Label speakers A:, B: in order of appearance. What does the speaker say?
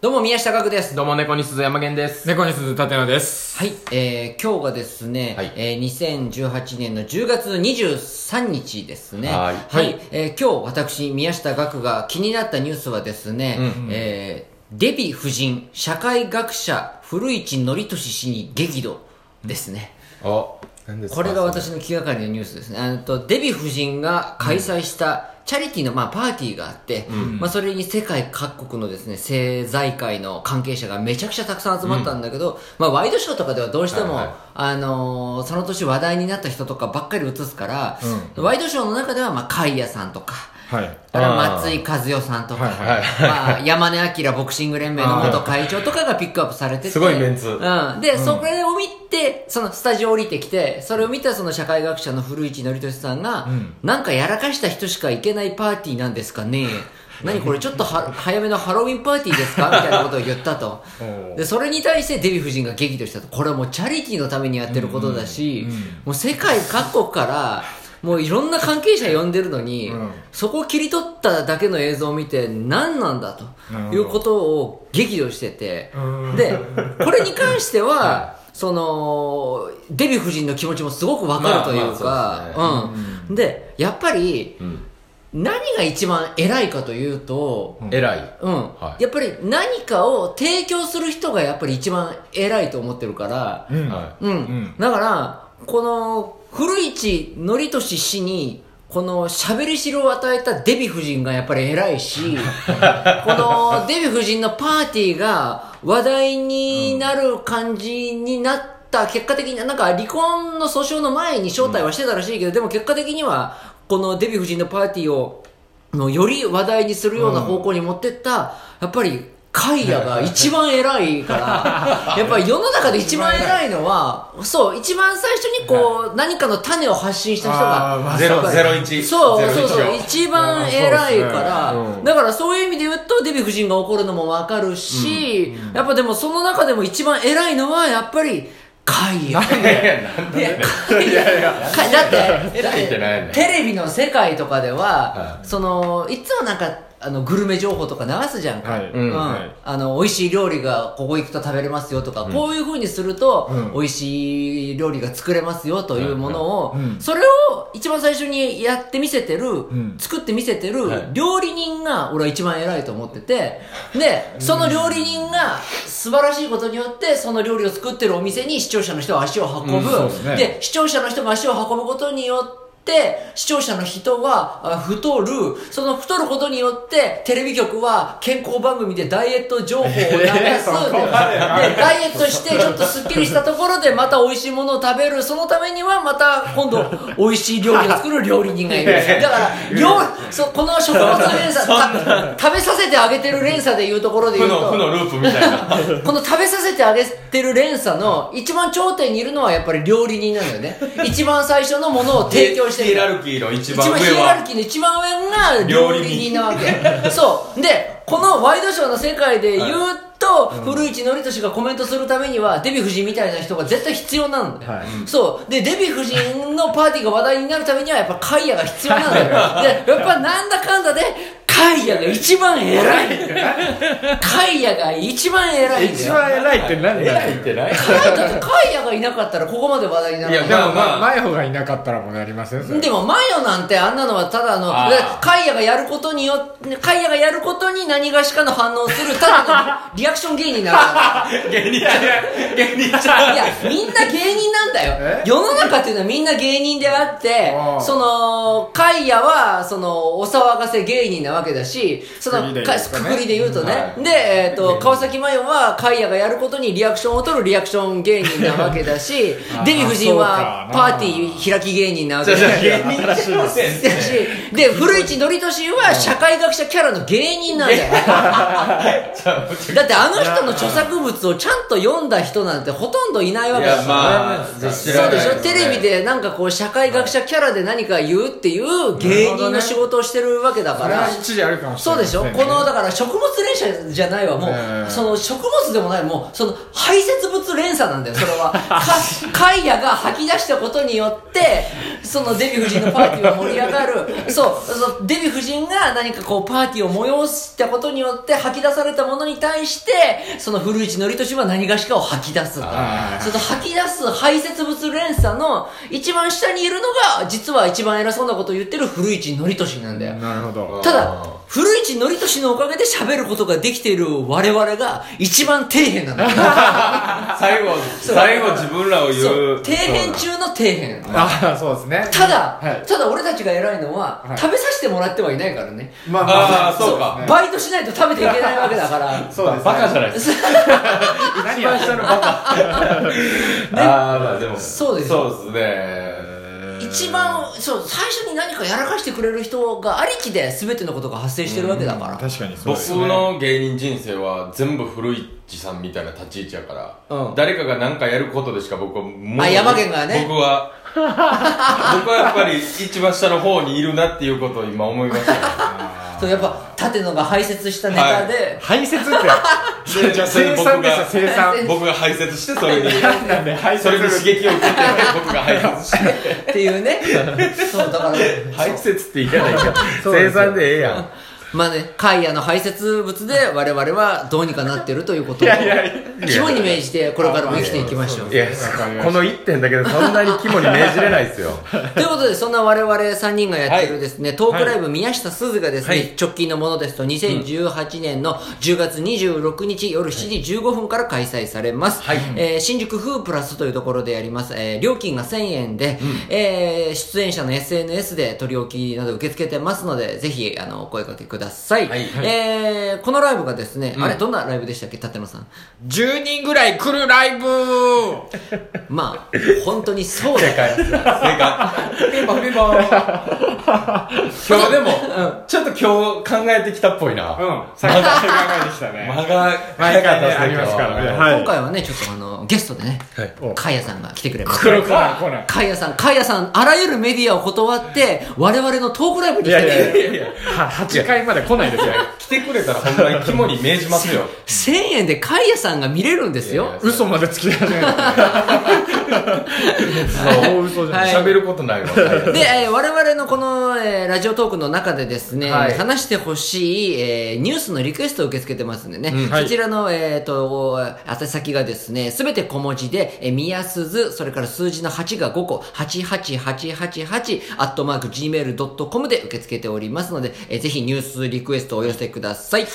A: どうも、宮下岳です。
B: どうも、猫に鈴山源です。
C: 猫に鈴立野です。
A: はい、えー、今日がですね、
B: はい
A: えー、2018年の10月23日ですね。
B: はい
C: はい
A: えー今日私、宮下岳が気になったニュースはですね、えーデヴィ夫人、社会学者、古市憲寿氏に激怒ですね。
B: あ、何ですか
A: これが私の気がかりなニュースですね。あのとデヴィ夫人が開催したチャリティーの、まあ、パーティーがあって、まあ、それに世界各国のですね、政財界の関係者がめちゃくちゃたくさん集まったんだけど、まあ、ワイドショーとかではどうしても、
B: はいはい
A: あのーその年話題になった人とかばっかり映すから、ワイドショーの中では、まあ、カイヤさんとか、
C: はい。
A: だから
B: あー
A: 松井和代さんとか、
C: はいはい
A: まあ、山根明ボクシング連盟の元会長とかがピックアップされてて
B: すごいメンツ
A: うん、で、それを見てそのスタジオ降りてきてそれを見たその社会学者の古市憲寿さんが、なんかやらかした人しか行けないパーティーなんですかね何これちょっとは早めのハロウィンパーティーですかみたいなことを言ったと
C: おう
A: でそれに対してデヴィ夫人が激怒したとこれはもうチャリティーのためにやってることだし、もう世界各国からもういろんな関係者呼んでるのに、
C: ん
A: そこを切り取っただけの映像を見て何なんだということを激怒してて
C: うん
A: でこれに関して はそのデヴィ夫人の気持ちもすごくわかるという
B: まあ
A: かうんでやっぱり
B: ん
A: 何が一番偉いかというと、
B: 偉い。
A: うん
B: はい
A: やっぱり何かを提供する人がやっぱり一番偉いと思ってるから、
C: うん
B: は
A: うん
C: ん
A: だからこの古市憲寿氏にこの喋りしろを与えたデヴィ夫人がやっぱり偉いしこのデヴィ夫人のパーティーが話題になる感じになった結果的になんか離婚の訴訟の前に招待はしてたらしいけど、でも結果的にはこのデヴィ夫人のパーティーをのより話題にするような方向に持ってった、やっぱりカイヤが一番偉い から、やっぱり世の中で一番偉いのは、そう、一番最初にこう、何かの種を発信した人
C: あーま
A: が、
C: あ
B: ゼロ、ゼロ
A: やっぱり
B: 一。
A: そう
B: ゼロ
A: そうそう、
B: 一を
A: 一番偉いか
B: うんそうですねう
A: ら、
B: ん
A: だからそういう意味で言うと、デヴィ夫人が怒るのもわかるし、やっぱでもその中でも一番偉いのは、やっぱり、カイヤ。
B: いやいや、なんでだよ
A: いやいや、だって、だっ
B: 偉いってなんやね
A: て
B: ん
A: テレビの世界とかでは
B: は、
A: その、いつもなんか、あの、グルメ情報とか流すじゃんか。
C: は
A: う
C: い
A: ん
B: うん
C: はい
A: あの、美味しい料理がここ行くと食べれますよとか、こういう風にすると
C: うん、
A: 美味しい料理が作れますよというものを
C: うんう、ん
A: それを一番最初にやって見せてる
C: ん、
A: 作って見せてる
B: はい
A: 料理人が、俺は一番偉いと思ってて、で、その料理人が素晴らしいことによって、その料理を作ってるお店に視聴者の人は足を運ぶ。
C: うんそうですね
A: で視聴者の人が足を運ぶことによって視聴者の人はあ太るその太ることによってテレビ局は健康番組でダイエット情報を流す、でダイエットしてちょっとすっきりしたところでまた美味しいものを食べるそのためにはまた今度美味しい料理を作る料理人がいるだから料そうこの食物連鎖た食べさせてあげてる連鎖でいうところで
B: 負
A: 言うと
B: の、負のループみたいな。
A: この食べさせてあげてる連鎖の一番頂点にいるのはやっぱり料理人なんだよね。一番最初のものを 提供して
B: ヒエ
A: る
B: ラ。ルキーの一
A: 一
B: 番
A: 番
B: 上
A: ヒエラル
B: は。
A: キーの一番上が料理人なわけ。 そう。で、このワイドショーの世界で言うと、古市憲寿がコメントするためには、デヴィ夫人みたいな人が絶対必要なんだよ。
C: はい
A: そう。で、デヴィ夫人のパーティーが話題になるためには、やっぱカイヤが必要なんだよ。で、やっぱなんだかんだで、カイヤが一番偉い。カイヤが一番偉いんだよ。
C: 一番偉いって何
B: 偉
C: だ
B: い
C: よ
B: ってない
A: カイヤとカイヤがいなかったらここまで話題にならない
B: い
C: で
B: や
C: も
B: まあ
C: ま
B: まあ
C: あ真帆がいなかったらもうなりませんそれ
A: でもマヨなんてあんなのはただの
B: あー
A: カイヤがやることによってカイヤがやることに何がしかの反応をするただのリアクション芸人なの
B: 芸人じゃない。芸人じゃない
A: いやみんな芸人なんだよ
C: え
A: 世の中っていうのはみんな芸人であって
C: あー
A: そのカイヤはそのお騒がせ芸人なわけだしその
C: くくりで
A: か
C: ですかね
A: くくりで言うとね、
B: はい
A: で、えー、と川崎麻世はカイヤがやることにリアクションを取るリアクション芸人なわけだし
C: あー
A: デヴィ夫人は
C: そう
A: パ
C: かな
A: ーティー開き芸人なわけ
B: じゃ
A: だ
B: あ
A: し
B: じゃあ芸人じゃないですね
A: だし、で、古市憲寿は社会学者キャラの芸人なん だよ。
B: じゃあ
A: だってあの人の著作物をちゃんと読んだ人なんてほとんどいないわ
B: い
A: けだ
B: や、
A: し。
B: まあ、知
A: そ
B: ら
A: う
B: な
A: で
B: いです
A: し
B: ね
A: ょ、テレビでなんかこう社会学者キャラで何か言うっていう芸人の仕事をしてるわけだか
C: それは
A: ら。
C: 一理あるかもしれ
A: そう
C: な
A: で
C: い
A: しょこのだから食物連鎖じゃないわもう、
C: ええ
A: その食物でもないもうその排泄物連鎖なんだよそれはかカイヤが吐き出したことによってそのデヴィ夫人のパーティーは盛り上がるそうそうデヴィ夫人が何かこうパーティーを催したことによって吐き出されたものに対してその古市憲寿は何がしかを吐き出すと
C: あー
A: その吐き出す排泄物連鎖の一番下にいるのが実は一番偉そうなことを言ってる古市憲寿なんだよ
C: なるほど。
A: た
B: あ
A: だ
B: ー、
A: 古市憲寿のおかげで喋ることができている我々が一番底辺なんだよ。
B: 最後、
A: そう
B: 最後自分らを言う。
A: そう、底辺中の底辺。
C: ああ、そうですね。
A: ただ、
C: はい
A: ただ俺たちが偉いのは、
C: はい
A: 食べさせてもらってはいないからね。
C: まあ
B: あーそうか
C: ね
A: バイトしないと食べていけないわけだから。
C: そうですね。
B: バカじゃないですか。
C: 何やったのバカ。
B: ああ、まあでも。
A: そうです
B: そうですね。
A: 一番、そう、最初に何かやらかしてくれる人がありきで全てのことが発生してるわけだから。
C: 確かにそう
B: 僕
C: ですね。
B: の芸人人生は全部古市さんみたいな立ち位置やから、
A: うん
B: 誰かが何かやることでしか僕はも
A: あ山県がね
B: 僕 は僕はやっぱり一番下の方にいるなっていうことを今思いましたね
A: そう、やっぱ、縦野が排泄したネタで、
C: 排泄って。
B: じゃあ
C: 生産ですよ、
B: 僕
C: 生産。
B: 僕が排泄してそれに
C: なんで排泄
B: それに刺激を受けて僕が排泄して
A: っていう ね。そう、だから、
B: 排泄って言わないか
C: そうなんですよ
B: でええやん
A: まあね、カイアの排泄物で我々はどうにかなってるということを肝に銘じてこれからも生きていきましょう。
B: いやこの1点だけでそんなに肝に銘じれないですよ
A: ということで、そんな我々3人がやってるですね、トークライブ宮下すずがですね、
B: はい
A: 直近のものですと2018年の10月26日夜7時15分から開催されます。
B: はい
A: えー新宿フープラスというところでやります。えー料金が1000円で、えー出演者の SNS で取り置きなど受け付けてますので、ぜひ、あの、お声掛けください。
B: はい
A: えーこのライブがですね、あれ、どんなライブでしたっけ、立野さん。
C: 10人ぐらい来るライブ
A: まあ、本当にそうだから。
B: 正解 ピンポンピンポン今日でも、ちょっと今日考えてきたっぽいな、
C: うん、さっき考えてきたね。
B: 間が
C: 毎
B: 早かったで
C: 回ね、
B: すね
C: ありますからね。
B: 今日は
A: 今回はね、ちょっとあの、ゲストでね、
B: はい
C: お
A: カイヤさんが来てくれました。
C: 黒コーナー、コーナー。
A: カイヤさん、カイヤさん、あらゆるメディアを断って、我々のトークライブに来てくれる。
C: いやいや、8回 まで来ないですよ。
B: 来てくれたらほんまに肝に銘じますよ
A: 1000円でカイヤさんが見れるんですよ。
B: いやいや
C: 嘘までつき始めた。
B: そう
C: 大嘘じゃ ん。
A: はい
B: 喋ることないわ
A: で、えー我々のこの、えーラジオトークの中でですね、
B: はい
A: 話してほしい、えーニュースのリクエストを受け付けてますんでね、
B: うん
C: はい
A: そちらの、えー、と、宛先がですね、すべて小文字で、えー、宮鈴、それから数字の8が5個、88888、アットマーク gmail.com で受け付けておりますので、えーぜひニュースリクエストをお寄せください。